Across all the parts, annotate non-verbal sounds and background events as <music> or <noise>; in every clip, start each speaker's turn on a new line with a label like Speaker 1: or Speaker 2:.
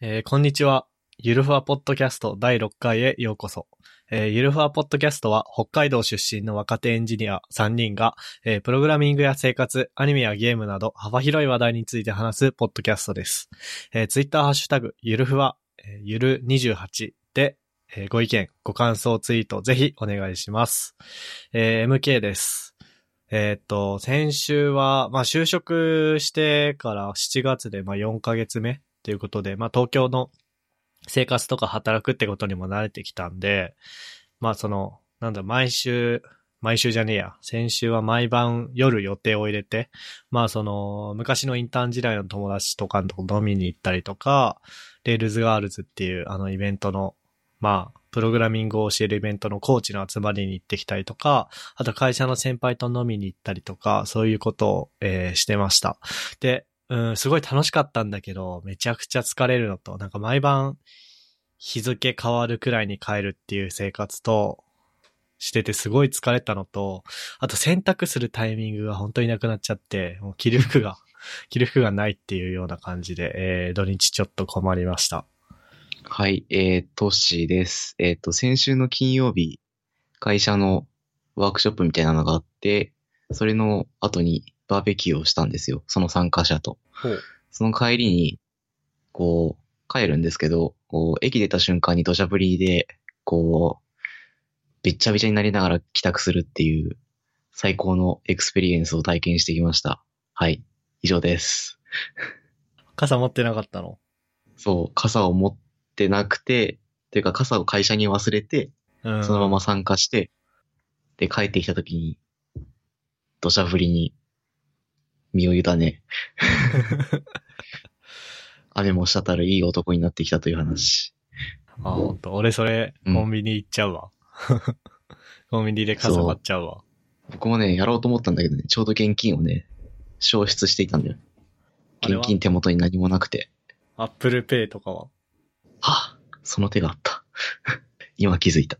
Speaker 1: えーこんにちは。ゆるふわポッドキャスト第6回へようこそ。えーゆるふわポッドキャストは北海道出身の若手エンジニア3人が、えープログラミングや生活、アニメやゲームなど幅広い話題について話すポッドキャストです。えー、ツイッターハッシュタグ、ゆるふわ、えーゆる28で、えーご意見、ご感想ツイートぜひお願いします。えー MK です。えーっと、先週は、まあ、就職してから7月で、まあ、4ヶ月目ということで、まあ、東京の生活とか働くってことにも慣れてきたんで、まあ、その、なんだ、毎週、毎週じゃねえや。先週は毎晩夜予定を入れて、まあその、昔のインターン時代の友達とかのとこ飲みに行ったりとか、レールズガールズっていうあのイベントの、まあ、プログラミングを教えるイベントのコーチの集まりに行ってきたりとか、あと会社の先輩と飲みに行ったりとか、そういうことを、えーしてました。で、うん、すごい楽しかったんだけど、めちゃくちゃ疲れるのと、なんか毎晩日付変わるくらいに帰るっていう生活と、しててすごい疲れたのと、あと洗濯するタイミングが本当になくなっちゃって、もう着る服が、着る服がないっていうような感じで、えー、土日ちょっと困りました。
Speaker 2: はい、えー、トッシーです。えっ、と、先週の金曜日、会社のワークショップみたいなのがあって、それの後にバーベキューをしたんですよ。その参加者と。
Speaker 1: ほう。
Speaker 2: その帰りに、こう、帰るんですけど、こう、駅出た瞬間に土砂降りで、こう、びっちゃびちゃになりながら帰宅するっていう、最高のエクスペリエンスを体験してきました。はい、以上です。
Speaker 1: 傘持ってなかったの
Speaker 2: そう、傘を持ってなくて、というか傘を会社に忘れて、
Speaker 1: うん。
Speaker 2: そのまま参加して、で、帰ってきた時に、土砂降りに、身を
Speaker 1: <laughs>
Speaker 2: 委ね、雨も滴るいい男になってきたという話。
Speaker 1: あ、ほんと。俺それ、
Speaker 2: うん
Speaker 1: コンビニ行っちゃうわ。 <laughs> コンビニで傘買っちゃうわ。
Speaker 2: 僕もね、やろうと思ったんだけどね、ちょうど現金をね、消失していたんだよ。
Speaker 1: あれは
Speaker 2: 現金手元に何もなくて。
Speaker 1: アップルペイとかは
Speaker 2: はあ、その手があった。 <laughs> 今気づいた。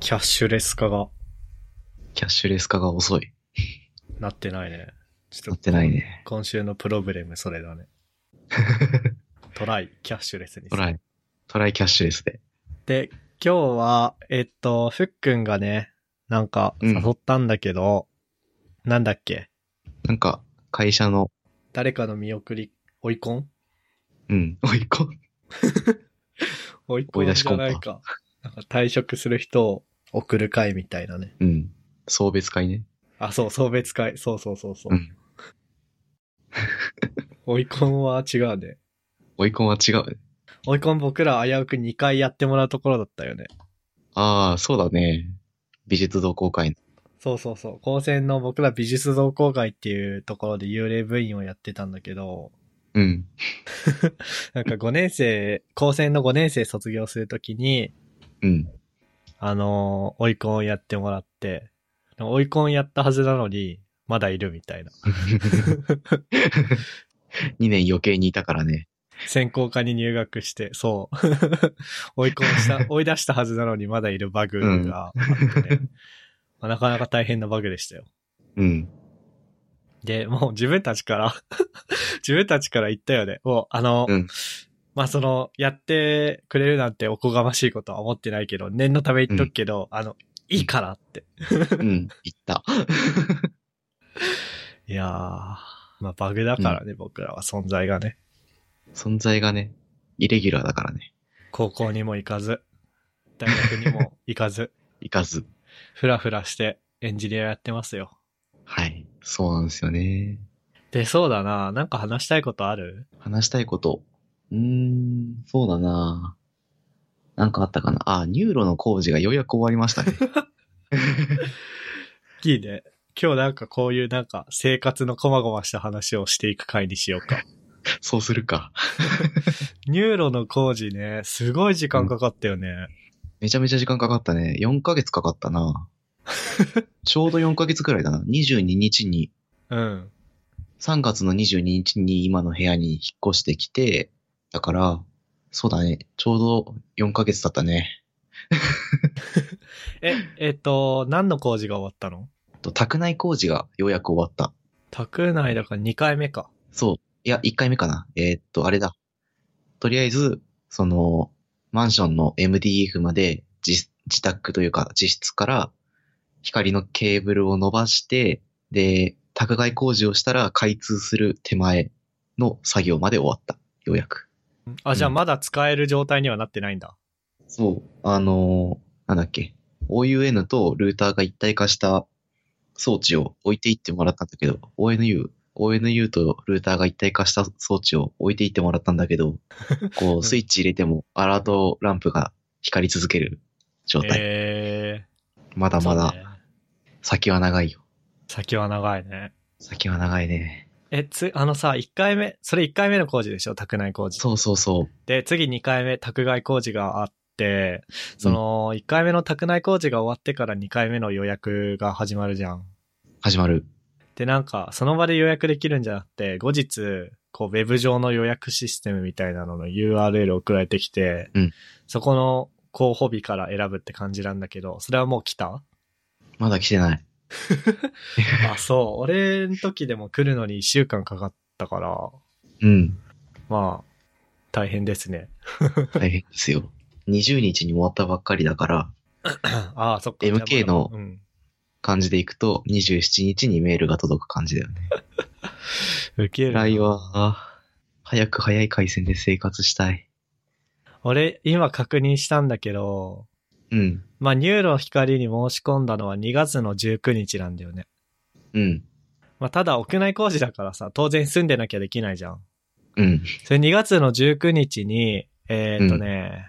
Speaker 1: キャッシュレス化が
Speaker 2: キャッシュレス化が遅い。
Speaker 1: なってないね。ちょ
Speaker 2: な
Speaker 1: っ
Speaker 2: っ
Speaker 1: と
Speaker 2: てないね。
Speaker 1: 今週のプロブレムそれだね。トライ、キャッシュレスにす
Speaker 2: ト
Speaker 1: る
Speaker 2: ライ。トライキャッシュレスで。
Speaker 1: で、今日は、えっと、ふっくんがね、なんか
Speaker 2: うん
Speaker 1: 誘ったんだけど、なんだっけ
Speaker 2: なんか、会社の、
Speaker 1: 誰かの見送り、追い込ん
Speaker 2: うん、おいこう。
Speaker 1: 追い
Speaker 2: 追
Speaker 1: 込
Speaker 2: い
Speaker 1: ん
Speaker 2: 出し
Speaker 1: じ
Speaker 2: コ
Speaker 1: ゃ
Speaker 2: ンパ
Speaker 1: ないか。なんか退職する人を送る会みたいなね。
Speaker 2: うん。送別会ね。
Speaker 1: あ、そう、送別会。そうそうそうそう。
Speaker 2: うん
Speaker 1: 追い込んは違うね。
Speaker 2: 追い込みは違う。
Speaker 1: 追い込ん僕ら危うく2回やってもらうところだったよね。
Speaker 2: ああ、そうだね。美術同好会の。
Speaker 1: そうそうそう。高専の僕ら美術同好会っていうところで幽霊部員をやってたんだけど、
Speaker 2: うん。
Speaker 1: なんか5年生、 <laughs> 高専の5年生卒業するときに、
Speaker 2: うん。
Speaker 1: あのー追い込んをやってもらって、追い込んやったはずなのに、まだいるみたいな。
Speaker 2: 2年余計にいたからね。
Speaker 1: 専攻科に入学して、そう。 <laughs> 追い込んした、追い出したはずなのにまだいるバグがあってね。まあなかなか大変なバグでしたよ。
Speaker 2: うん。
Speaker 1: で、もう自分たちから、 <laughs> 自分たちから言ったよね。もう、あの、
Speaker 2: うん
Speaker 1: まあ、その、やってくれるなんておこがましいことは思ってないけど、念のため言っとくけど、あの、いいからって。
Speaker 2: うん。行った。
Speaker 1: いやー、まあ、バグだからね、僕らは存在がね。
Speaker 2: 存在がね、イレギュラーだからね。
Speaker 1: 高校にも行かず、大学に
Speaker 2: <laughs>
Speaker 1: も行かず、
Speaker 2: 行かず。
Speaker 1: ふらふらしてエンジニアやってますよ。
Speaker 2: はい。そうなんですよね。
Speaker 1: で、そうだな、なんか話したいことある
Speaker 2: 話したいこと。うーん、そうだな。なんかあったかな。あ、ニューロの工事がようやく終わりましたね。
Speaker 1: いいね。今日なんかこういうなんか生活のこまごました話をしていく回にしようか。
Speaker 2: そうするか。
Speaker 1: ニューロの工事ね、すごい時間かかったよね。
Speaker 2: めちゃめちゃ時間かかったね。4ヶ月かかったな。ちょうど4ヶ月くらいだな。22日に、
Speaker 1: うん。
Speaker 2: 3月の22日に今の部屋に引っ越してきて、だから、そうだね。ちょうど4ヶ月だったね。
Speaker 1: え、えっと、何の工事が終わったの
Speaker 2: と宅内工事がようやく終わった。
Speaker 1: 宅内だから2回目か。
Speaker 2: そう。いや、1回目かな。えーっと、あれだ。とりあえず、その、マンションの MDF まで自自宅というか自室から光のケーブルを伸ばして、で、宅外工事をしたら開通する手前の作業まで終わった。ようやく。
Speaker 1: あ、じゃあ
Speaker 2: うん
Speaker 1: まだ使える状態にはなってないんだ。
Speaker 2: そう。あのーなんだっけ。OUN とルーターが一体化した装置を置いていってもらったんだけど、ONU、ONU とルーターが一体化した装置を置いていってもらったんだ
Speaker 1: <laughs>
Speaker 2: けど、こう、スイッチ入れてもアラートランプが光り続ける状態。
Speaker 1: え
Speaker 2: まだ
Speaker 1: ー、
Speaker 2: まだ
Speaker 1: そうね
Speaker 2: 先は長いよ。
Speaker 1: 先は長いね。
Speaker 2: 先は長いね。
Speaker 1: え、つ、あのさ、1回目、それ1回目の工事でしょ宅内工事。
Speaker 2: そうそうそう。
Speaker 1: で、次2回目、宅外工事があって、その、1回目の宅内工事が終わってから2回目の予約が始まるじゃん。
Speaker 2: 始まる。
Speaker 1: で、なんか、その場で予約できるんじゃなくて、後日、こう、ウェブ上の予約システムみたいなのの URL 送られてきて、
Speaker 2: うん
Speaker 1: そこの候補日から選ぶって感じなんだけど、それはもう来た
Speaker 2: まだ来てない。
Speaker 1: あ、そう。俺の時でも来るのに1週間かかったから、
Speaker 2: うん。
Speaker 1: まあ、大変ですね。
Speaker 2: 大変ですよ。20日に終わったばっかりだから、
Speaker 1: ああ、そっか。
Speaker 2: MK
Speaker 1: じゃあまだ
Speaker 2: の
Speaker 1: うん。
Speaker 2: 感じでいくと27日にメールが届く感じだよね。
Speaker 1: 受けるな。
Speaker 2: 来は、早く早い回線で生活したい。
Speaker 1: 俺、今確認したんだけど、
Speaker 2: うん。
Speaker 1: まあ、ニューロ光に申し込んだのは2月の19日なんだよね。
Speaker 2: うん。
Speaker 1: まあ、ただ屋内工事だからさ、当然住んでなきゃできないじゃん。
Speaker 2: うん。
Speaker 1: それ2月の19日に、えー、っとね、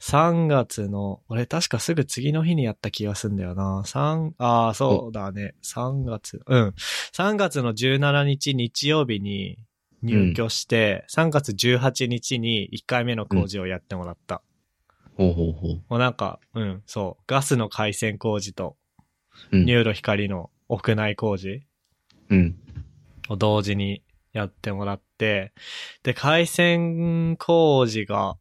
Speaker 1: 3月の、俺確かすぐ次の日にやった気がすんだよな。3、ああ、そうだね。3月、うん。3月の17日日曜日に入居して、3月18日に1回目の工事をやってもらった。
Speaker 2: ほうほうほう。
Speaker 1: もうなんか、うん、そう、ガスの回線工事と、
Speaker 2: うん
Speaker 1: ニューロ光の屋内工事。
Speaker 2: うん。
Speaker 1: を同時にやってもらって、で、回線工事が、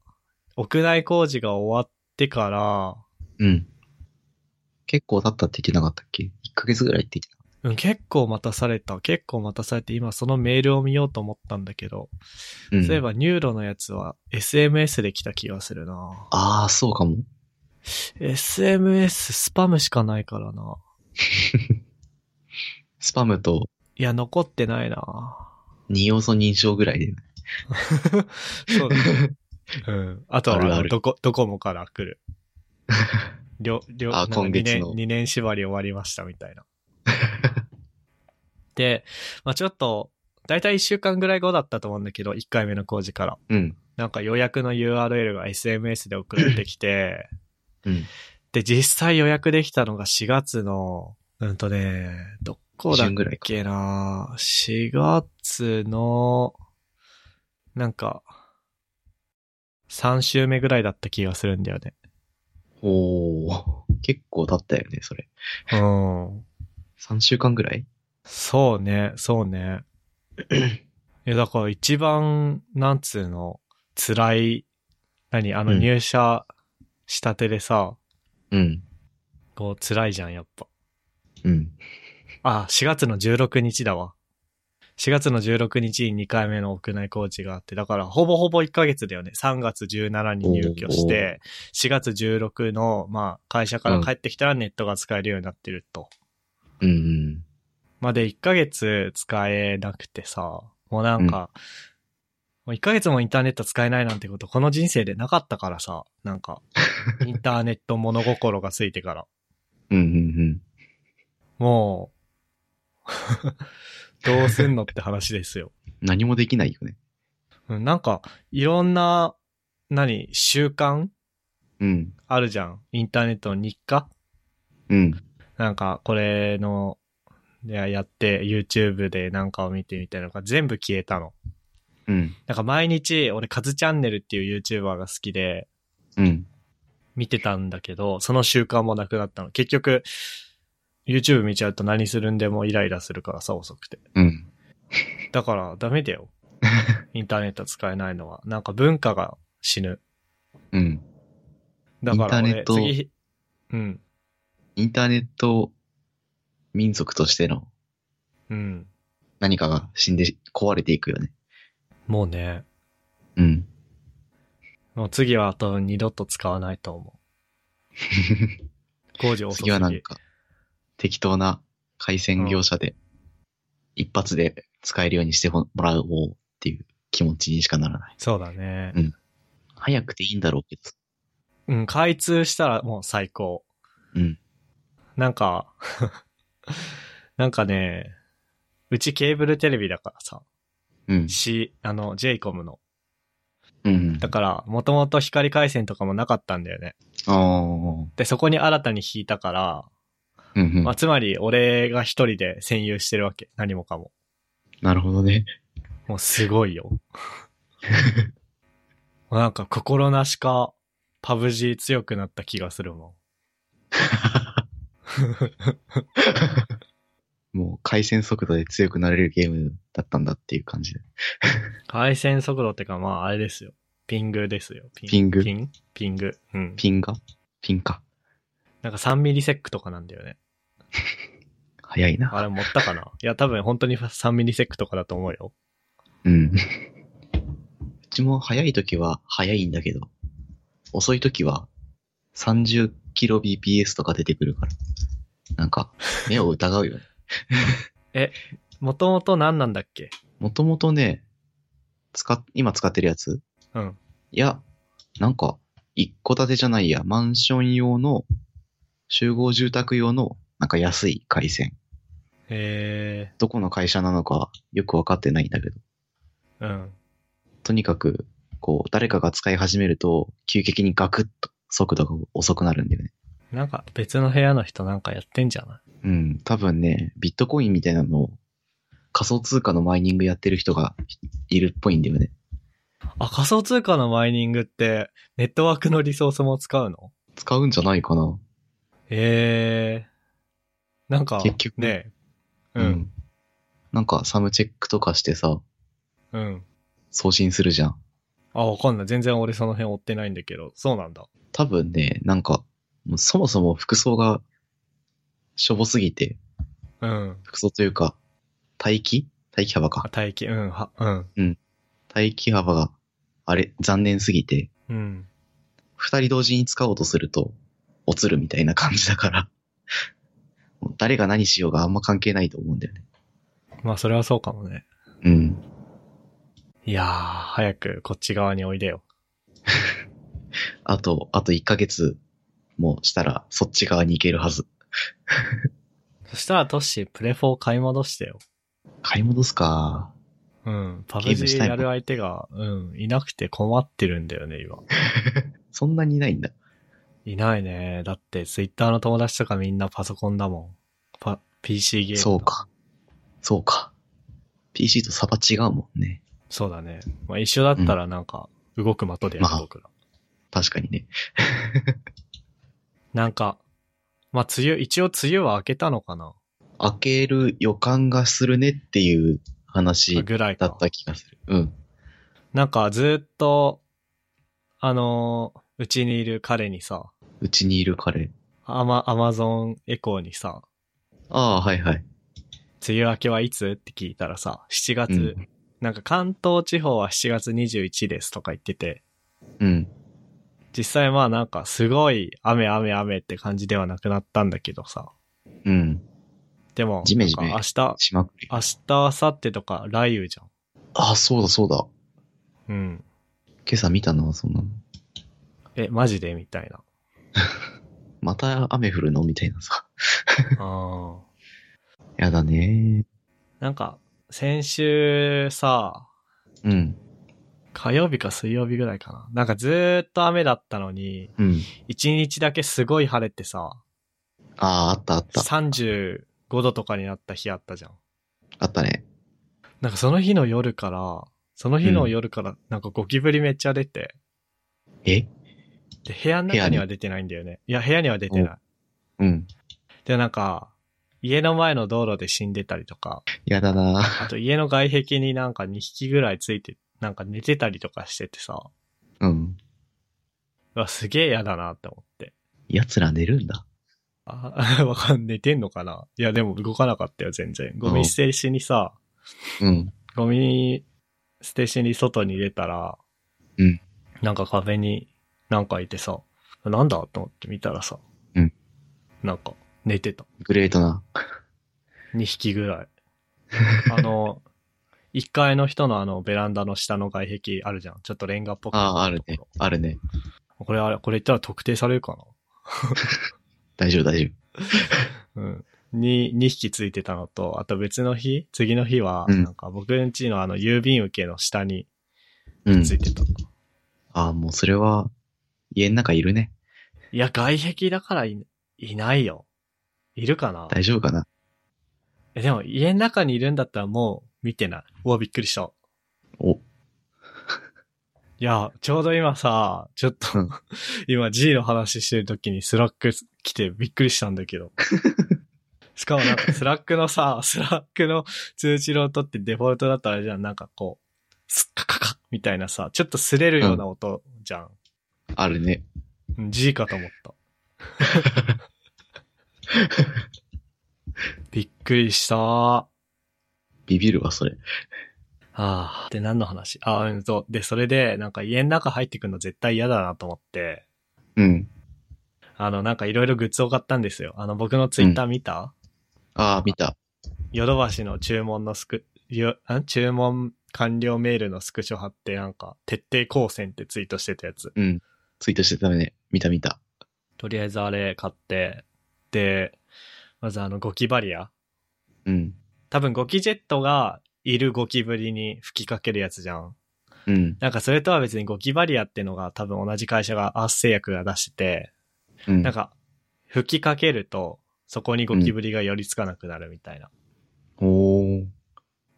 Speaker 1: 屋内工事が終わってから、
Speaker 2: うん。結構経ったって言ってなかったっけ ?1 ヶ月ぐらいって言ってた。
Speaker 1: うん、結構待たされた。結構待たされて、今そのメールを見ようと思ったんだけど、
Speaker 2: うん。
Speaker 1: そういえ。ばニューロのやつは SMS で来た気がするな。
Speaker 2: ああ、そうかも。
Speaker 1: SMS スパムしかないからな。
Speaker 2: スパムと
Speaker 1: いや、残ってないな。
Speaker 2: 二要素認証ぐらいで、
Speaker 1: そうだ、ね。
Speaker 2: <laughs>
Speaker 1: うん。あとは、
Speaker 2: あるある
Speaker 1: のどこ、ドコモから来る。りょ、りょ、
Speaker 2: あ
Speaker 1: なんか
Speaker 2: 今月の
Speaker 1: 2年、2年縛り終わりましたみたいな。で、まあちょっと、だいたい1週間ぐらい後だったと思うんだけど、1回目の工事から。
Speaker 2: <laughs> うん。
Speaker 1: なんか予約の URL が SMS で送られてき
Speaker 2: <laughs>
Speaker 1: て、
Speaker 2: うん。
Speaker 1: で、実際予約できたのが4月の、うんとね、どこだっ
Speaker 2: 旬ぐらいか。
Speaker 1: けな ?4 月の、なんか、3週目ぐらいだった気がするんだよね。
Speaker 2: おお。結構経ったよね、それ。
Speaker 1: うん。
Speaker 2: 3週間ぐらい
Speaker 1: そうね、そうね。
Speaker 2: <clears throat>
Speaker 1: いや、だから一番、なんつうの、辛い、何あの
Speaker 2: うん
Speaker 1: 入社したてでさ、
Speaker 2: うん。
Speaker 1: こう辛いじゃん、やっぱ。
Speaker 2: うん。
Speaker 1: あ、4月の16日だわ。4月の16日に2回目の屋内工事があって、だからほぼほぼ1ヶ月だよね。3月17に入居して、4月16の、まあ、会社から帰ってきたらネットが使えるようになってると。
Speaker 2: うんうん。
Speaker 1: まあで1ヶ月使えなくてさ、もうなんか、もう1ヶ月もインターネット使えないなんてこと、この人生でなかったからさ、なんか、インターネット物心がついてから。
Speaker 2: うんうん
Speaker 1: もう、 <laughs> どうすんのって話ですよ。
Speaker 2: うん。何もできないよね。
Speaker 1: うんなんか、いろんな、何、習慣
Speaker 2: うん。
Speaker 1: あるじゃん。インターネットの日課
Speaker 2: うん。
Speaker 1: なんか、これの、いややって、YouTube でなんかを見てみたいなのが全部消えたの。
Speaker 2: うん。
Speaker 1: なんか毎日、俺、カズチャンネルっていう YouTuber が好きで、
Speaker 2: うん。
Speaker 1: 見てたんだけど、その習慣もなくなったの。結局、YouTube 見ちゃうと何するんでもイライラするからさ、遅くて。
Speaker 2: うん。
Speaker 1: だから、ダメだ
Speaker 2: <laughs>
Speaker 1: よ。インターネット使えないのは。なんか文化が死ぬ。
Speaker 2: うん。
Speaker 1: だから
Speaker 2: インターネ
Speaker 1: 俺、
Speaker 2: ット
Speaker 1: 次、うん、
Speaker 2: インターネット民族としての
Speaker 1: うん。
Speaker 2: 何かが死んで壊れていくよね。
Speaker 1: もうね、
Speaker 2: うん。
Speaker 1: もう次は多分二度と使わないと思う。工事遅すぎ
Speaker 2: 次はなんか、適当な回線業者で、一発で使えるようにしてもらおうっていう気持ちにしかならない。
Speaker 1: そうだね。
Speaker 2: 早くていいんだろうけ
Speaker 1: うん、開通したらもう最高。
Speaker 2: ど。うん。
Speaker 1: なんか、 <laughs> なんかね、うちケーブルテレビだからさ、
Speaker 2: うん。
Speaker 1: C、あの、JCOM の。
Speaker 2: うん。
Speaker 1: だから、もともと光回線とかもなかったんだよね。
Speaker 2: ああ。うん
Speaker 1: で、そこに新たに引いたから、
Speaker 2: うん
Speaker 1: まあ、つまり俺が一人で占有してるわけ。何もかも。
Speaker 2: なるほ
Speaker 1: <laughs>
Speaker 2: どね。
Speaker 1: もうすご
Speaker 2: <laughs>
Speaker 1: いよ。もうなんか心なしか、パブ G 強くなった気がするも
Speaker 2: もう回線速度で強くなれるゲームだったんだっていう感じで。
Speaker 1: ん。回線速度ってかまああれですよ。ピングですよ。ピ
Speaker 2: ピング
Speaker 1: ピンピング。うん。
Speaker 2: ピンがピンか。
Speaker 1: なんか3ミリセックとかなんだよね。
Speaker 2: 早いな。
Speaker 1: あれ持ったかな <laughs> いや多分本当に3ミリセックとかだと思うよ。
Speaker 2: うん。うちも早い時は早いんだけど、遅い時は 30kbps とか出てくるから。なんか、目を疑うよね。
Speaker 1: もともと何なんだっけ
Speaker 2: もともとね、使っ、今使ってるやつ
Speaker 1: うん。
Speaker 2: いや、なんか、一戸建てじゃないや、マンション用の、集合住宅用の、なんか安い回線。
Speaker 1: え
Speaker 2: どこの会社なのかよくわかってないんだけど、
Speaker 1: ー、うん。
Speaker 2: とにかく、こう、誰かが使い始めると、急激にガクッと速度が遅くなるんだよね。
Speaker 1: なんか別の部屋の人なんかやってんじゃない
Speaker 2: うん、多分ね、ビットコインみたいなのを、仮想通貨のマイニングやってる人がいるっぽいんだよね。
Speaker 1: あ、仮想通貨のマイニングって、ネットワークのリソースも使うの
Speaker 2: 使うんじゃないかな。
Speaker 1: ええー。なんか、
Speaker 2: 結局
Speaker 1: ね、うん、。
Speaker 2: なんか、サムチェックとかしてさ、
Speaker 1: うん。
Speaker 2: 送信するじゃん。
Speaker 1: あ、わかんない。全然俺その辺追ってないんだけど、そうなんだ。
Speaker 2: 多分ね、なんか、もうそもそも服装がしょぼすぎて、
Speaker 1: うん。
Speaker 2: 服装というか、待機待機幅
Speaker 1: あ、
Speaker 2: か。
Speaker 1: 待機、うん、は、うん。
Speaker 2: 待機幅が、あれ、残念すぎて、
Speaker 1: うん。
Speaker 2: 二人同時に使おうとすると、落ちるみたいな感じだから、 <laughs> もう誰が何しようがあんま関係ないと思うんだよね。
Speaker 1: まあ、それはそうかもね。
Speaker 2: うん。
Speaker 1: いやー、早くこっち側においでよ。
Speaker 2: あと、あと1ヶ月もしたら、そっち側に行けるはず。
Speaker 1: そしたらトッシー、プレフォー買い戻してよ。
Speaker 2: 買い戻すか。
Speaker 1: うん。パブ
Speaker 2: ゲームし
Speaker 1: G
Speaker 2: たいもん
Speaker 1: やる相手が、うん、いなくて困ってるんだよね、今。
Speaker 2: そんなにいないんだ。
Speaker 1: いないね。だって、ツイッターの友達とかみんなパソコンだもん。パ、PC ゲーム。
Speaker 2: そう。か。そうか。PC と差は違うもんね。
Speaker 1: そうだね。まあ、一緒だったらなんか、動く的でやる、
Speaker 2: まあ
Speaker 1: 僕ら。
Speaker 2: 確かにね。
Speaker 1: なんか、まあ、梅雨、一応梅雨は明けたのかな
Speaker 2: 開ける予感がするねっていう話
Speaker 1: ぐらい
Speaker 2: だ
Speaker 1: か
Speaker 2: っ。た気がする。うん。
Speaker 1: なんか、ずっと、あのーうちにいる彼にさ、
Speaker 2: うちにいる彼。
Speaker 1: アマ、アマゾンエコーにさ、
Speaker 2: ああ、はいはい。
Speaker 1: 梅雨明けはいつって聞いたらさ、7月、
Speaker 2: うん
Speaker 1: なんか関東地方は7月21ですとか言ってて、
Speaker 2: うん。
Speaker 1: 実際まあなんかすごい雨雨雨って感じではなくなったんだけどさ。
Speaker 2: うん。
Speaker 1: でも、
Speaker 2: ジメジメ
Speaker 1: なんか
Speaker 2: しまくり。
Speaker 1: 明日、明日、明後日とか雷雨じ
Speaker 2: ああ、そうだそうだ。
Speaker 1: ゃん。うん。
Speaker 2: 今朝見たな、そんなの。
Speaker 1: え、マジでみたい
Speaker 2: <laughs>
Speaker 1: な。
Speaker 2: また雨降るのみたいなさ。
Speaker 1: ああ。
Speaker 2: やだね。
Speaker 1: なんか、先週さ、
Speaker 2: うん。
Speaker 1: 火曜日か水曜日ぐらいかな。なんかずーっと雨だったのに、
Speaker 2: うん。
Speaker 1: 一日だけすごい晴れてさ、
Speaker 2: ああ、あったあった。
Speaker 1: 35度とかになった日あったじゃん。
Speaker 2: あったね。
Speaker 1: なんかその日の夜から、その日の夜からなんかゴキブリめっちゃ出て、
Speaker 2: え
Speaker 1: で、部屋の
Speaker 2: 部屋
Speaker 1: 中
Speaker 2: に
Speaker 1: には出てないんだよね。いや、部屋には出てない。
Speaker 2: うん。
Speaker 1: で、なんか、家の前の道路で死んでたりとか、
Speaker 2: やだな。
Speaker 1: あと家の外壁になんか2匹ぐらいついて、なんか寝てたりとかしててさ、
Speaker 2: うん。
Speaker 1: うわ、すげえ嫌だなって思って。
Speaker 2: 奴ら寝るんだ。
Speaker 1: あ、 <laughs> わかん、寝てんのかないや、でも動かなかったよ、全然。ゴミ捨てしにさ、
Speaker 2: うん。
Speaker 1: ゴミ捨てしに外に出たら、
Speaker 2: うん
Speaker 1: なんか壁になんかいてさ、なんだと思って見たらさ、
Speaker 2: うん
Speaker 1: なんか寝てた。
Speaker 2: グレートな。
Speaker 1: 2匹ぐらい。 <laughs> あの、1階の人のあのベランダの下の外壁あるじゃん。ちょっとレンガっぽく
Speaker 2: ああ、あ
Speaker 1: な
Speaker 2: る
Speaker 1: って
Speaker 2: ね
Speaker 1: とこ。
Speaker 2: あるね。
Speaker 1: ろ。これあれ、これ言ったら特定されるか
Speaker 2: 大丈夫、大丈
Speaker 1: なうん。に、2匹ついてたのと、あと別の日次の日は、
Speaker 2: うん
Speaker 1: なんか僕ん家のあの郵便受けの下に
Speaker 2: 夫。うん
Speaker 1: つ。いてた。
Speaker 2: ああ、もうそれは、家の中いるね。
Speaker 1: いや、外壁だからいいないよ。いるかな
Speaker 2: 大丈夫かな。
Speaker 1: え、でも家の中にいるんだったらもう見てない。うわ、びっくりした。
Speaker 2: お、
Speaker 1: いや、ちょうど今さ、ちょっと
Speaker 2: うん、
Speaker 1: <laughs> 今 G の話してる時にスラック来てびっくりしたんだ
Speaker 2: <laughs>
Speaker 1: けど。しかもなんかスラックのさ、スラックの通知の音ってデフォルトだったらあれじゃん、なんかこう、スッカカカみたいなさ、ちょっと擦れるような音じゃん。
Speaker 2: あるね。
Speaker 1: うん、G かと思った。
Speaker 2: <laughs>
Speaker 1: びっくりしたー。
Speaker 2: ビビるわ、それ。
Speaker 1: ああ、で、何の話ああ、うんそう。で、それで、なんか家の中入ってくるの絶対嫌だなと思って、
Speaker 2: うん。
Speaker 1: あの、なんかいろいろグッズを買ったんですよ。あの、僕のツイッター見た、
Speaker 2: ああ、見た。
Speaker 1: ヨドバシの注文のスク、よん注文完了メールのスクショ貼って、なんか、徹底抗戦ってツイートしてたやつ。
Speaker 2: うん。ツイートしてたね。見た見た。
Speaker 1: とりあえずあれ買って、で、まずあの、ゴキバリア。
Speaker 2: うん。
Speaker 1: 多分ゴキジェットがいるゴキブリに吹きかけるやつじゃん。
Speaker 2: うん。
Speaker 1: なんかそれとは別にゴキバリアってのが多分同じ会社がアース製薬が出してて、
Speaker 2: うん。
Speaker 1: なんか吹きかけるとそこにゴキブリが寄りつかなくなるみたいな。
Speaker 2: おー。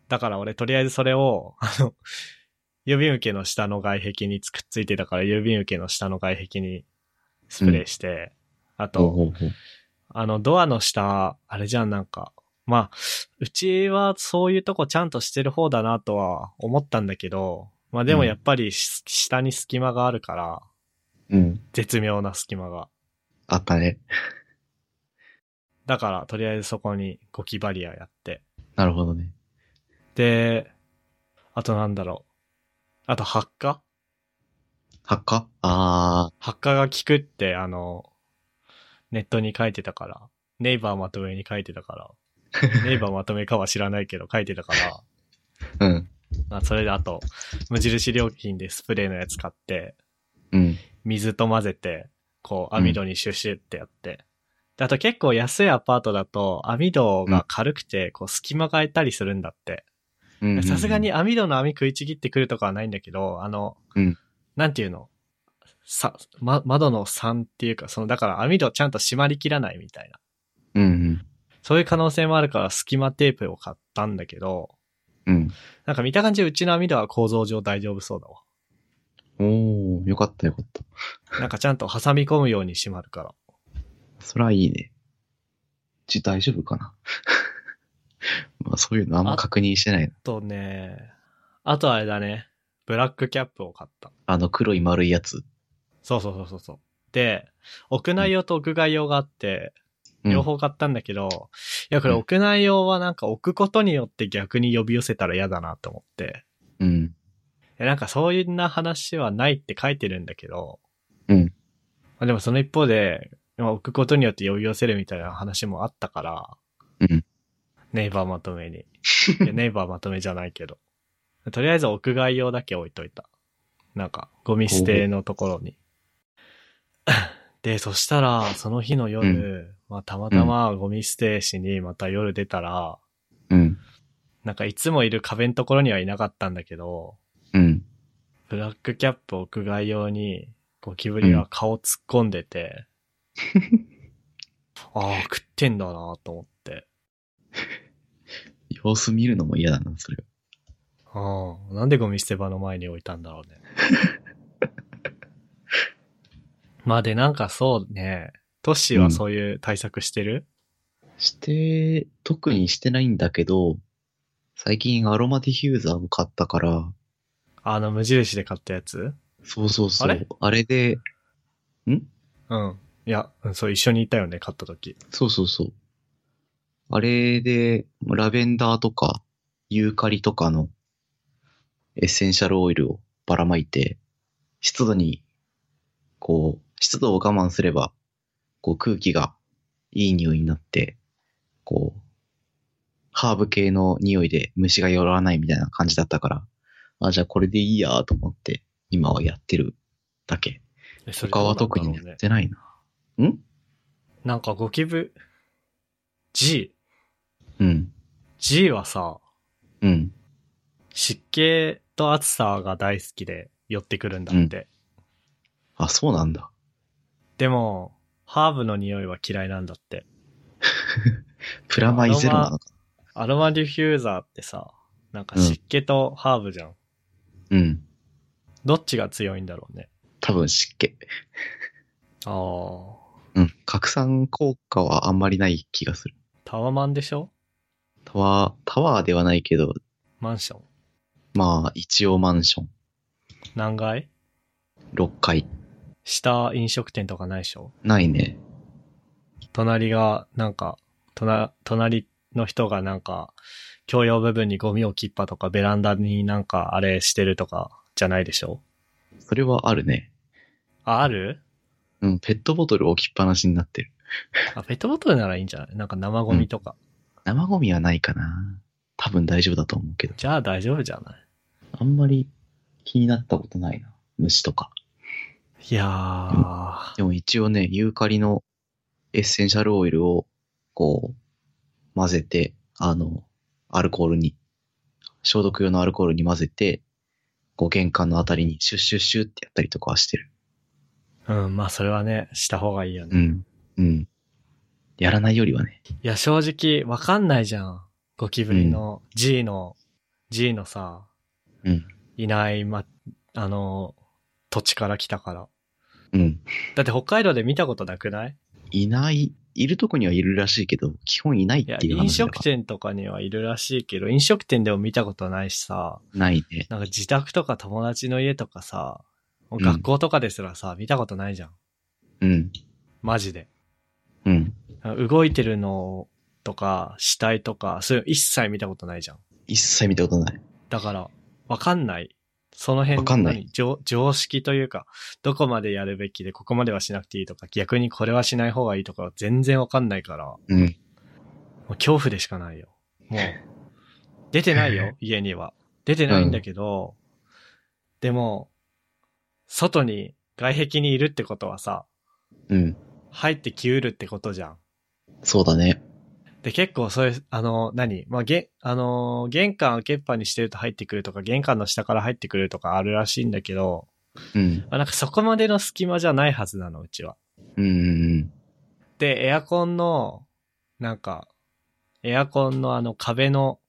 Speaker 1: だから俺とりあえずそれを、あの、郵便受けの下の外壁につくっついてたから郵便受けの下の外壁にスプレーして、あと、
Speaker 2: ほうほうほう
Speaker 1: あの、ドアの下、あれじゃん、なんか。まあ、うちはそういうとこちゃんとしてる方だなとは思ったんだけど、まあでもやっぱりし、下に隙間があるから、
Speaker 2: うん。
Speaker 1: 絶妙な隙間が。
Speaker 2: あったね。
Speaker 1: だから、とりあえずそこにゴキバリアやって。
Speaker 2: なるほどね。
Speaker 1: で、あとなんだろう。あと発火
Speaker 2: 発火あ
Speaker 1: 発火が効くって、あの、ネットに書いてたから、ネイバーまとめに書いてたから、ネイバーまとめかは知らないけど書いてたから、
Speaker 2: あ、うん。
Speaker 1: まあ、それであと、無印良品でスプレーのやつ買って、
Speaker 2: うん。
Speaker 1: 水と混ぜて、こう、網戸にシュシュってやって。であと結構安いアパートだと、網戸が軽くて、こう、隙間が空いたりするんだって。
Speaker 2: うんうんうん
Speaker 1: さすがに、網戸の網食いちぎってくるとかはないんだけど、あの、
Speaker 2: うん
Speaker 1: なんていうのさ、ま、窓の3っていうか、その、だから網戸ちゃんと閉まりきらないみたいな。
Speaker 2: うんうん。
Speaker 1: そういう可能性もあるから、隙間テープを買ったんだけど、
Speaker 2: うん。
Speaker 1: なんか見た感じ、うちの網戸は構造上大丈夫そうだわ。
Speaker 2: おー、よかったよかった。
Speaker 1: なんかちゃんと挟み込むように閉まるから。
Speaker 2: それはいいね。うち大丈夫かな <laughs> まあそういうのあんま確認してないな。
Speaker 1: あとね、あとあれだね、ブラックキャップを買った。
Speaker 2: あの黒い丸いやつ。
Speaker 1: そうそうそうそうそう。で、屋内用と屋外用があって、
Speaker 2: うん
Speaker 1: 両。方買ったんだけど、いやこれ
Speaker 2: うん
Speaker 1: 屋内用はなんか置くことによって逆に呼び寄せたら嫌だなと思って。
Speaker 2: うん。
Speaker 1: いやなんかそういうな話はないって書いてるんだけど、
Speaker 2: うん。
Speaker 1: まあでもその一方で、まあ置くことによって呼び寄せるみたいな話もあったから、
Speaker 2: うん。
Speaker 1: ネイバーまとめに。い
Speaker 2: <laughs>
Speaker 1: やネイバーまとめじゃないけど。とりあえず屋外用だけ置いといた。なんか、ゴミ捨てのところに。 <laughs> で、そしたら、その日の夜、
Speaker 2: う
Speaker 1: まあ、たまたまゴミ捨てしにまた夜出たら、
Speaker 2: うん。
Speaker 1: なんかいつもいる壁のところにはいなかったんだけど、
Speaker 2: うん。
Speaker 1: ブラックキャップ屋外用にゴキブリが顔突っ込んでて、
Speaker 2: <laughs>
Speaker 1: ああ、食ってんだなと思って。
Speaker 2: 様子見るのも嫌だな、それは。
Speaker 1: うん。なんでゴミ捨て場の前に置いたんだろう
Speaker 2: <laughs>
Speaker 1: ね。まあで、なんかそうね、トッシーはそういう対策してる、
Speaker 2: して、特にしてないんだけど、最近アロマディフューザーを買ったから、
Speaker 1: あの、無印で買ったやつ
Speaker 2: そうそうそう。
Speaker 1: あ
Speaker 2: あ
Speaker 1: れ
Speaker 2: れで、
Speaker 1: うん。いや、うんそう、一緒にいたよね、買った時。
Speaker 2: そうそうそう。あれで、ラベンダーとか、ユーカリとかのエッセンシャルオイルをばらまいて、湿度に、こう、湿度を我慢すれば、こう空気がいい匂いになって、こう、ハーブ系の匂いで虫が寄らないみたいな感じだったから、あ、じゃあこれでいいやと思って、今はやってるだけ。
Speaker 1: えそれ
Speaker 2: 他は
Speaker 1: どう
Speaker 2: 特
Speaker 1: なん
Speaker 2: に
Speaker 1: だろう
Speaker 2: や
Speaker 1: ね
Speaker 2: ってないな。ん
Speaker 1: なんかゴキブ G、
Speaker 2: うん。
Speaker 1: G はさ、
Speaker 2: うん。
Speaker 1: 湿気と暑さが大好きで寄ってくるんだって。
Speaker 2: あ、そうなんだ。
Speaker 1: でも、ハーブの匂いは嫌いなんだって。
Speaker 2: プラマイゼロなのか。
Speaker 1: アロマディフューザーってさ、なんか湿気とハーブじゃん。
Speaker 2: うん。
Speaker 1: どっちが強いんだろうね。
Speaker 2: 多分湿気。
Speaker 1: ああ。
Speaker 2: うん。拡散効果はあんまりない気がする。
Speaker 1: タワマンでしょ
Speaker 2: タワー、タワーではないけど、
Speaker 1: マンション。
Speaker 2: まあ、一応マンション。
Speaker 1: 何階
Speaker 2: 6階。
Speaker 1: 下飲食店とかないでしょ
Speaker 2: ないね。
Speaker 1: 隣が、なんか、隣、隣の人がなんか、共用部分にゴミを切っぱとか、ベランダになんかあれしてるとか、じゃないでしょ
Speaker 2: それはあるね。
Speaker 1: あ、ある
Speaker 2: うん。ペットボトル置きっぱなしになってる。
Speaker 1: あ、ペットボトルならいいんじゃないなんか生ゴミとか。
Speaker 2: 生ゴミはないかな。多分大丈夫だと思うけど。
Speaker 1: じゃあ大丈夫じゃない
Speaker 2: あんまり気になったことないな。虫とか。
Speaker 1: いやー、
Speaker 2: でも一応ね、ユーカリのエッセンシャルオイルを、こう、混ぜて、あの、アルコールに、消毒用のアルコールに混ぜて、こう玄関のあたりにシュッシュッシュッってやったりとかはしてる。
Speaker 1: うん、まあそれはね、した方がいいよね。
Speaker 2: うん。うん。やらないよりはね。
Speaker 1: いや、正直、わかんないじゃん。ゴキブリの G の、G のさ、
Speaker 2: うん。
Speaker 1: いない、ま、あの、土地から来たから。
Speaker 2: うん。
Speaker 1: だって北海道で見たことなくない
Speaker 2: いない、いるとこにはいるらしいけど、基本いないっ
Speaker 1: いや、
Speaker 2: ていう
Speaker 1: 飲
Speaker 2: 話だ
Speaker 1: 食
Speaker 2: から
Speaker 1: 店とかにはいるらしいけど、飲食店でも見たことないしさ、
Speaker 2: ないね。
Speaker 1: なんか自宅とか友達の家とかさ、
Speaker 2: ん
Speaker 1: 学校とかですらさ、見たことないじゃん。
Speaker 2: うん。
Speaker 1: マジで。
Speaker 2: うん。
Speaker 1: 動いてるのとか、死体とか、そういうの一切見たことないじゃん。
Speaker 2: 一切見たことない。
Speaker 1: だから、わかんない。その辺
Speaker 2: わかんない
Speaker 1: 何常常識というか、どこまでやるべきで、ここまではしなくていいとか、逆にこれはしない方がいいとか、全然わかんないから、も
Speaker 2: うん。
Speaker 1: う恐怖でしかないよ。
Speaker 2: <laughs>
Speaker 1: もう、出てないよ、家には。出てないんだけど、でも、外に、外壁にいるってことはさ、
Speaker 2: うん。
Speaker 1: 入ってきうるってことじゃん。
Speaker 2: そうだね。
Speaker 1: で、結構そういう、あの、何まあ、げ、あのー玄関開けっぱにしてると入ってくるとか、玄関の下から入ってくるとかあるらしいんだけど、
Speaker 2: うん。
Speaker 1: まあ、なんかそこまでの隙間じゃないはずなの、うちは。
Speaker 2: うんうん
Speaker 1: で、エアコンの、なんか、エアコンのあの壁の、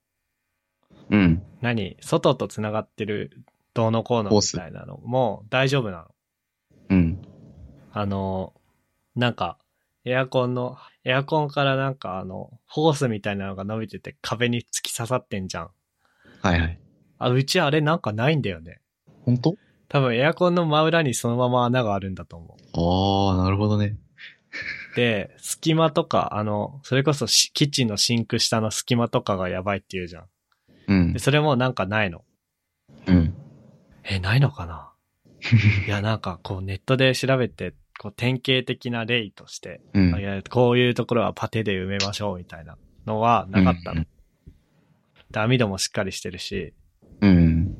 Speaker 2: うん。うん。
Speaker 1: 何外と繋がってる、どうのこうのみたいなのも大丈夫なの。
Speaker 2: うん。
Speaker 1: あの、なんか、エアコンの、エアコンからなんかあの、ホースみたいなのが伸びてて壁に突き刺さってんじゃん。
Speaker 2: はいはい。
Speaker 1: あ、うちあれなんかないんだよね。
Speaker 2: 本当
Speaker 1: 多分エアコンの真裏にそのまま穴があるんだと思う。
Speaker 2: ああ、なるほどね。
Speaker 1: で、隙間とか、あの、それこそしキッチンのシンク下の隙間とかがやばいって言うじゃん。
Speaker 2: うん
Speaker 1: で、。それもなんかないの。
Speaker 2: うん。
Speaker 1: え、ないのかないや、なんかこうネットで調べて、こう典型的な例として、
Speaker 2: う
Speaker 1: あい
Speaker 2: ん。
Speaker 1: やこういうところはパテで埋めましょうみたいなのはなかったの。
Speaker 2: うん
Speaker 1: で、網戸もしっかりしてるし、
Speaker 2: うん。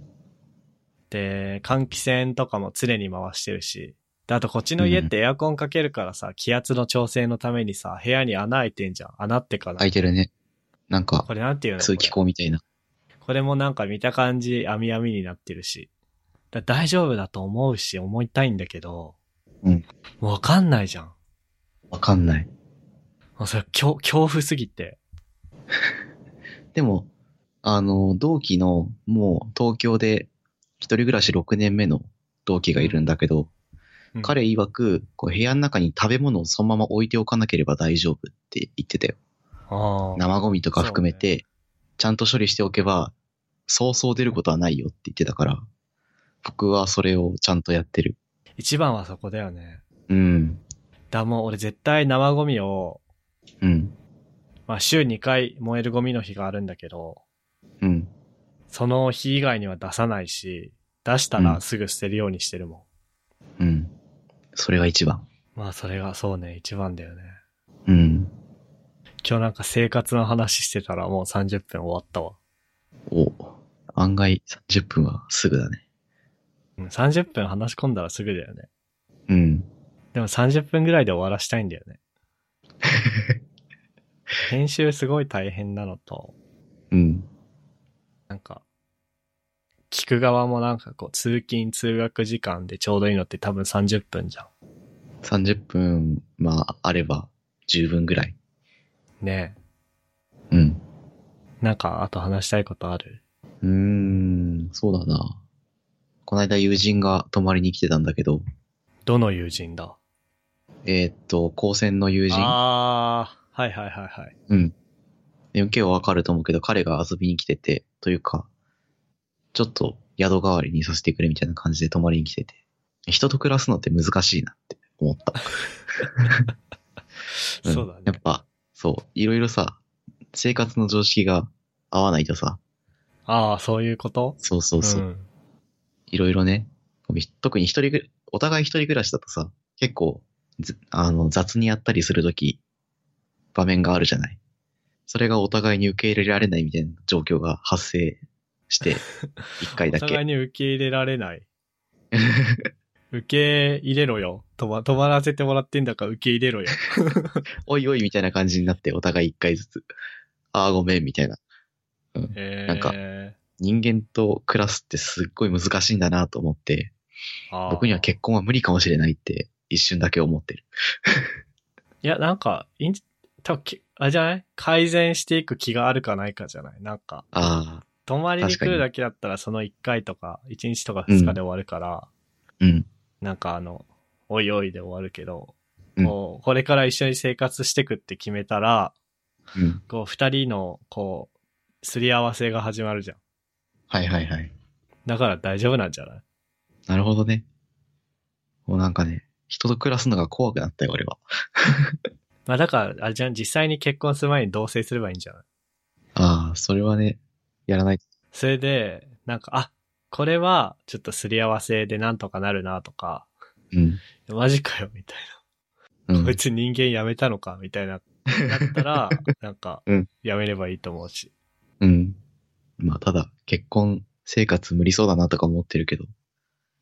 Speaker 1: で、換気扇とかも常に回してるし、で、あとこっちの家ってエアコンかけるからさ、気圧の調整のためにさ、部屋に穴開いてんじゃん。穴ってかな。
Speaker 2: 開いてるね。なんか
Speaker 1: こ、れなんていうの
Speaker 2: 通気口みたいな。
Speaker 1: これもなんか見た感じ、網網になってるし。だ大丈夫だと思うし、思いたいんだけど。
Speaker 2: うん。
Speaker 1: もうわかんないじゃん。
Speaker 2: わかんない。
Speaker 1: もうそれ、恐、恐怖すぎて。
Speaker 2: でも、あの、同期の、もう東京で一人暮らし6年目の同期がいるんだけど、
Speaker 1: うん、
Speaker 2: 彼曰く、こう部屋の中に食べ物をそのまま置いておかなければ大丈夫って言ってたよ。
Speaker 1: ああ。
Speaker 2: 生ゴミとか含めて、ちゃんと処理しておけば、そうそう出ることはないよって言ってたから、僕はそれをちゃんとやってる。
Speaker 1: 一番はそこだよね。
Speaker 2: うん。
Speaker 1: だ、もう俺絶対生ゴミを、
Speaker 2: うん。
Speaker 1: まあ週2回燃えるゴミの日があるんだけど、
Speaker 2: うん。
Speaker 1: その日以外には出さないし、出したらすぐ捨てるようにしてるも
Speaker 2: うん。それが一番。
Speaker 1: まあそれがそうね、一番だよね。
Speaker 2: うん。
Speaker 1: 今日なんか生活の話してたらもう30分終わったわ。
Speaker 2: お案外30分はすぐだね。
Speaker 1: うん、30分話し込んだらすぐだよね。
Speaker 2: うん。
Speaker 1: でも30分ぐらいで終わらしたいんだよね。編集すごい大変なのと、
Speaker 2: うん。
Speaker 1: なんか、聞く側もなんかこう、通勤通学時間でちょうどいいのって多分30分じゃ
Speaker 2: 30分、まあ、あれば十分ぐらい。
Speaker 1: ん。ねえ。
Speaker 2: うん。
Speaker 1: なんか、あと話したいことある
Speaker 2: うーん、そうだな。この間友人が泊まりに来てたんだけど、
Speaker 1: どの友人だ
Speaker 2: えーっと、高専の友人。
Speaker 1: ああ、はいはいはいはい。
Speaker 2: うん。MK はわかると思うけど、彼が遊びに来てて、というか、ちょっと宿代わりにさせてくれみたいな感じで泊まりに来てて。人と暮らすのって難しいなって思った。ん
Speaker 1: そうだね
Speaker 2: やっ。ぱ、そう、いろいろさ、生活の常識が合わないとさ、
Speaker 1: ああ、そういうこと
Speaker 2: そうそうそう、
Speaker 1: ん。
Speaker 2: いろいろね、特に一人ぐ、お互い一人暮らしだとさ、結構、ずあの、雑にやったりするとき、場面があるじゃない。それがお互いに受け入れられないみたいな状況が発生
Speaker 1: <laughs>
Speaker 2: して、一回だ
Speaker 1: お互い
Speaker 2: け。
Speaker 1: に受け入れられない。受け入れろよ。とま、止まらせてもらってんだから受け入れろよ。
Speaker 2: <laughs> おいおいみたいな感じになって、お互い一回ずつ、ああ、ごめん、みたいな。
Speaker 1: えー、
Speaker 2: <laughs> なんか人間と暮らすってすっごい難しいんだなと思って、
Speaker 1: あー
Speaker 2: 僕には結婚は無理かもしれないって一瞬だけ思ってる。
Speaker 1: いや、なんか、いん、多分きあれじゃない改善していく気があるかないかじゃないなんか、
Speaker 2: ああ、
Speaker 1: 泊まりに来るだけだったらその1回とか、1日とか2日で終わるから、
Speaker 2: うん、
Speaker 1: なんかあの、おいおいで終わるけど、
Speaker 2: うん
Speaker 1: こう、これから一緒に生活してくって決めたら、
Speaker 2: うん。
Speaker 1: こう、二人の、こう、すり合わせが始まるじゃん。
Speaker 2: はいはいはい。
Speaker 1: だから大丈夫なんじゃない
Speaker 2: なるほどね。もうなんかね、人と暮らすのが怖くなったよ、俺は。
Speaker 1: まあだから、あれじゃん、実際に結婚する前に同棲すればいいんじゃない
Speaker 2: ああ、それはね、やらない。
Speaker 1: それで、なんか、あ、これは、ちょっとすり合わせでなんとかなるなとか、
Speaker 2: うん。
Speaker 1: マジかよ、みたい
Speaker 2: うん
Speaker 1: な。こいつ人間やめたのか、みたいな、だった
Speaker 2: <laughs>
Speaker 1: ら、なんか
Speaker 2: うん、
Speaker 1: やめればいいと思うし。
Speaker 2: うん。まあ、ただ、結婚生活無理そうだなとか思ってるけど、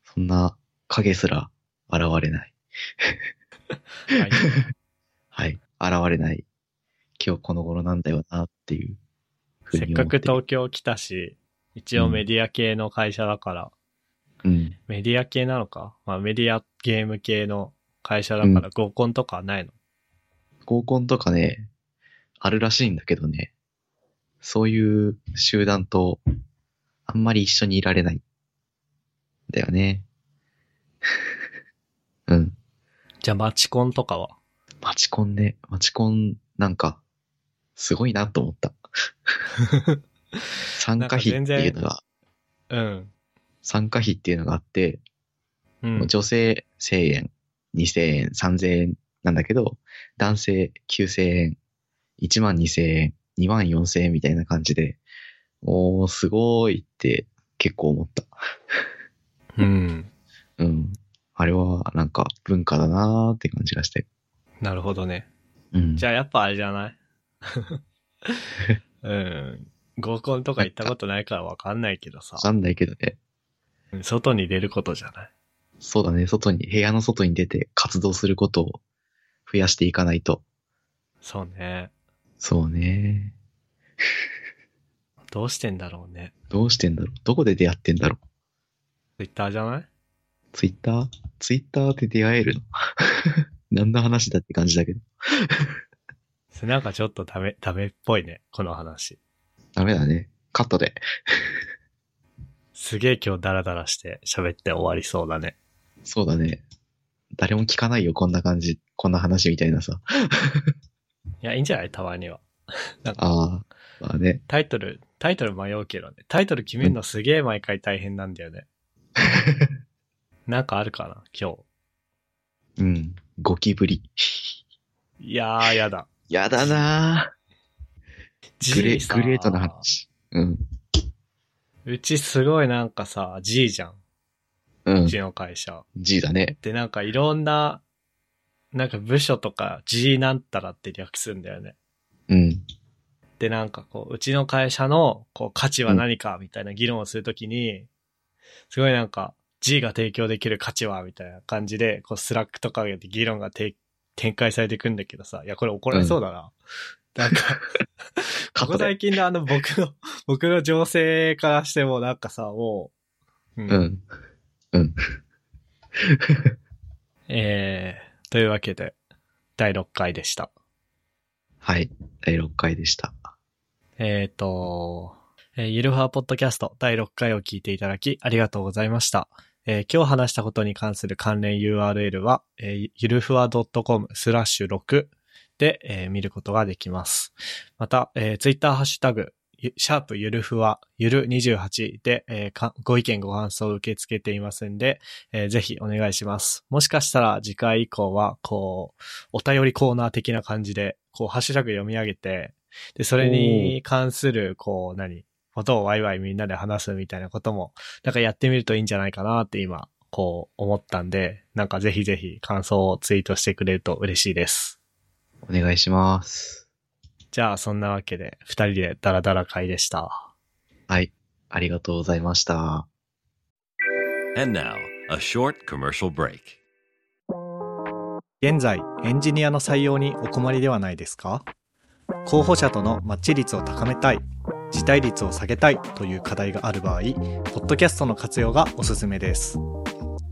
Speaker 2: そんな影すら現れない。 <laughs>
Speaker 1: はい。
Speaker 2: はい。現れない。今日この頃なんだよなっていうふう
Speaker 1: せっ
Speaker 2: に
Speaker 1: か
Speaker 2: 思って
Speaker 1: く
Speaker 2: る。
Speaker 1: 東京来たし、一応メディア系の会社だから、
Speaker 2: うん。
Speaker 1: メディア系なのかまあメディアゲーム系の会社だから合コンとかはないの、
Speaker 2: 合コンとかね、あるらしいんだけどね、そういう集団とあんまり一緒にいられない。んだよね。 <laughs> うん。
Speaker 1: じゃあマチコンとかは
Speaker 2: マチコンね、マチコンなんか、すごいなと思った。参加費っていうのが、
Speaker 1: うん。
Speaker 2: 参加費っていうのがあって、
Speaker 1: うん。
Speaker 2: 女性1000円、2000円、3000円なんだけど、男性9000円、1万2000円、2万4000円みたいな感じで、おー、すごいって結構思った。
Speaker 1: うん。
Speaker 2: うん。あれはなんか文化だなーって感じがして。
Speaker 1: なるほどね。
Speaker 2: うん。
Speaker 1: じゃあやっぱあれじゃない <laughs> うん。合コンとか行ったことないからわかんないけどさ
Speaker 2: わ、かんないけどね。
Speaker 1: うん外に出ることじゃない
Speaker 2: そうだね。外に、部屋の外に出て活動することを増やしていかないと。
Speaker 1: そうね。
Speaker 2: そうね。
Speaker 1: どうしてんだろうね。
Speaker 2: どうしてんだろう。どこで出会ってんだろう。
Speaker 1: Twitter じゃない
Speaker 2: ツイッターツイッターで出会えるの <laughs> 何の話だって感じだけど。
Speaker 1: それなんかちょっとダメ、ダメっぽいね。この話。
Speaker 2: ダメだね。カットで。
Speaker 1: すげえ今日ダラダラして喋って終わりそうだね。
Speaker 2: そうだね。誰も聞かないよ、こんな感じ。こんな話みたいなさ。
Speaker 1: いや、いいんじゃないたまには。
Speaker 2: ああ、まあね。
Speaker 1: タイトル、タイトル迷うけどね。タイトル決めるのすげえ毎回大変なんだよ
Speaker 2: <laughs>
Speaker 1: ね。なんかあるかな今
Speaker 2: うん。ゴキブリ。 <laughs>
Speaker 1: 日。いやー、やだ。
Speaker 2: やだなぁ。グレ、
Speaker 1: G さ
Speaker 2: グレートな。話。うん。
Speaker 1: うちすごいなんかさ、G じゃん。
Speaker 2: うん
Speaker 1: う。ちの会社。
Speaker 2: G だね。
Speaker 1: で、なんかいろんな、なんか部署とか G なんたらって略すんだよね。
Speaker 2: うん。
Speaker 1: で、なんかこう、うちの会社の、こう、価値は何かみたいな議論をするときに、すごいなんか、G が提供できる価値はみたいな感じで、こう、スラックとかで議論がて展開されていくんだけどさ、いや、これ怒られそうだな。なんか、
Speaker 2: カ
Speaker 1: ここ
Speaker 2: ットで。
Speaker 1: 最近のあの、僕の、 <laughs> 僕の情勢からしても、なんかさ、もう、うん
Speaker 2: うん。
Speaker 1: えー、というわけで、第6回でした。
Speaker 2: はい。第6回でした。
Speaker 1: えっ、と、えーゆるふわポッドキャスト第6回を聞いていただきありがとうございました。えー今日話したことに関する関連 URL は、えーゆるふわ .com スラッシュ6で、えー見ることができます。また、えー、Twitter ハッシュタグ、ゆシャープゆるふわ、ゆる28で、えーかご意見ご感想を受け付けていますんで、えーぜひお願いします。もしかしたら次回以降は、こう、お便りコーナー的な感じで、こう、ハッシュタグ読み上げて、で、それに関する、こう、何、ことをワイワイみんなで話すみたいなことも、なんかやってみるといいんじゃないかなって今、こう、思ったんで、なんかぜひぜひ感想をツイートしてくれると嬉しいです。
Speaker 2: お願いします。
Speaker 1: じゃあ、そんなわけで、二人でダラダラ会でした。
Speaker 2: はい。ありがとうございました。
Speaker 3: And now, a short commercial break.
Speaker 1: 現在エンジニアの採用にお困りではないですか候補者とのマッチ率を高めたい辞退率を下げたいという課題がある場合ポッドキャストの活用がおすすめです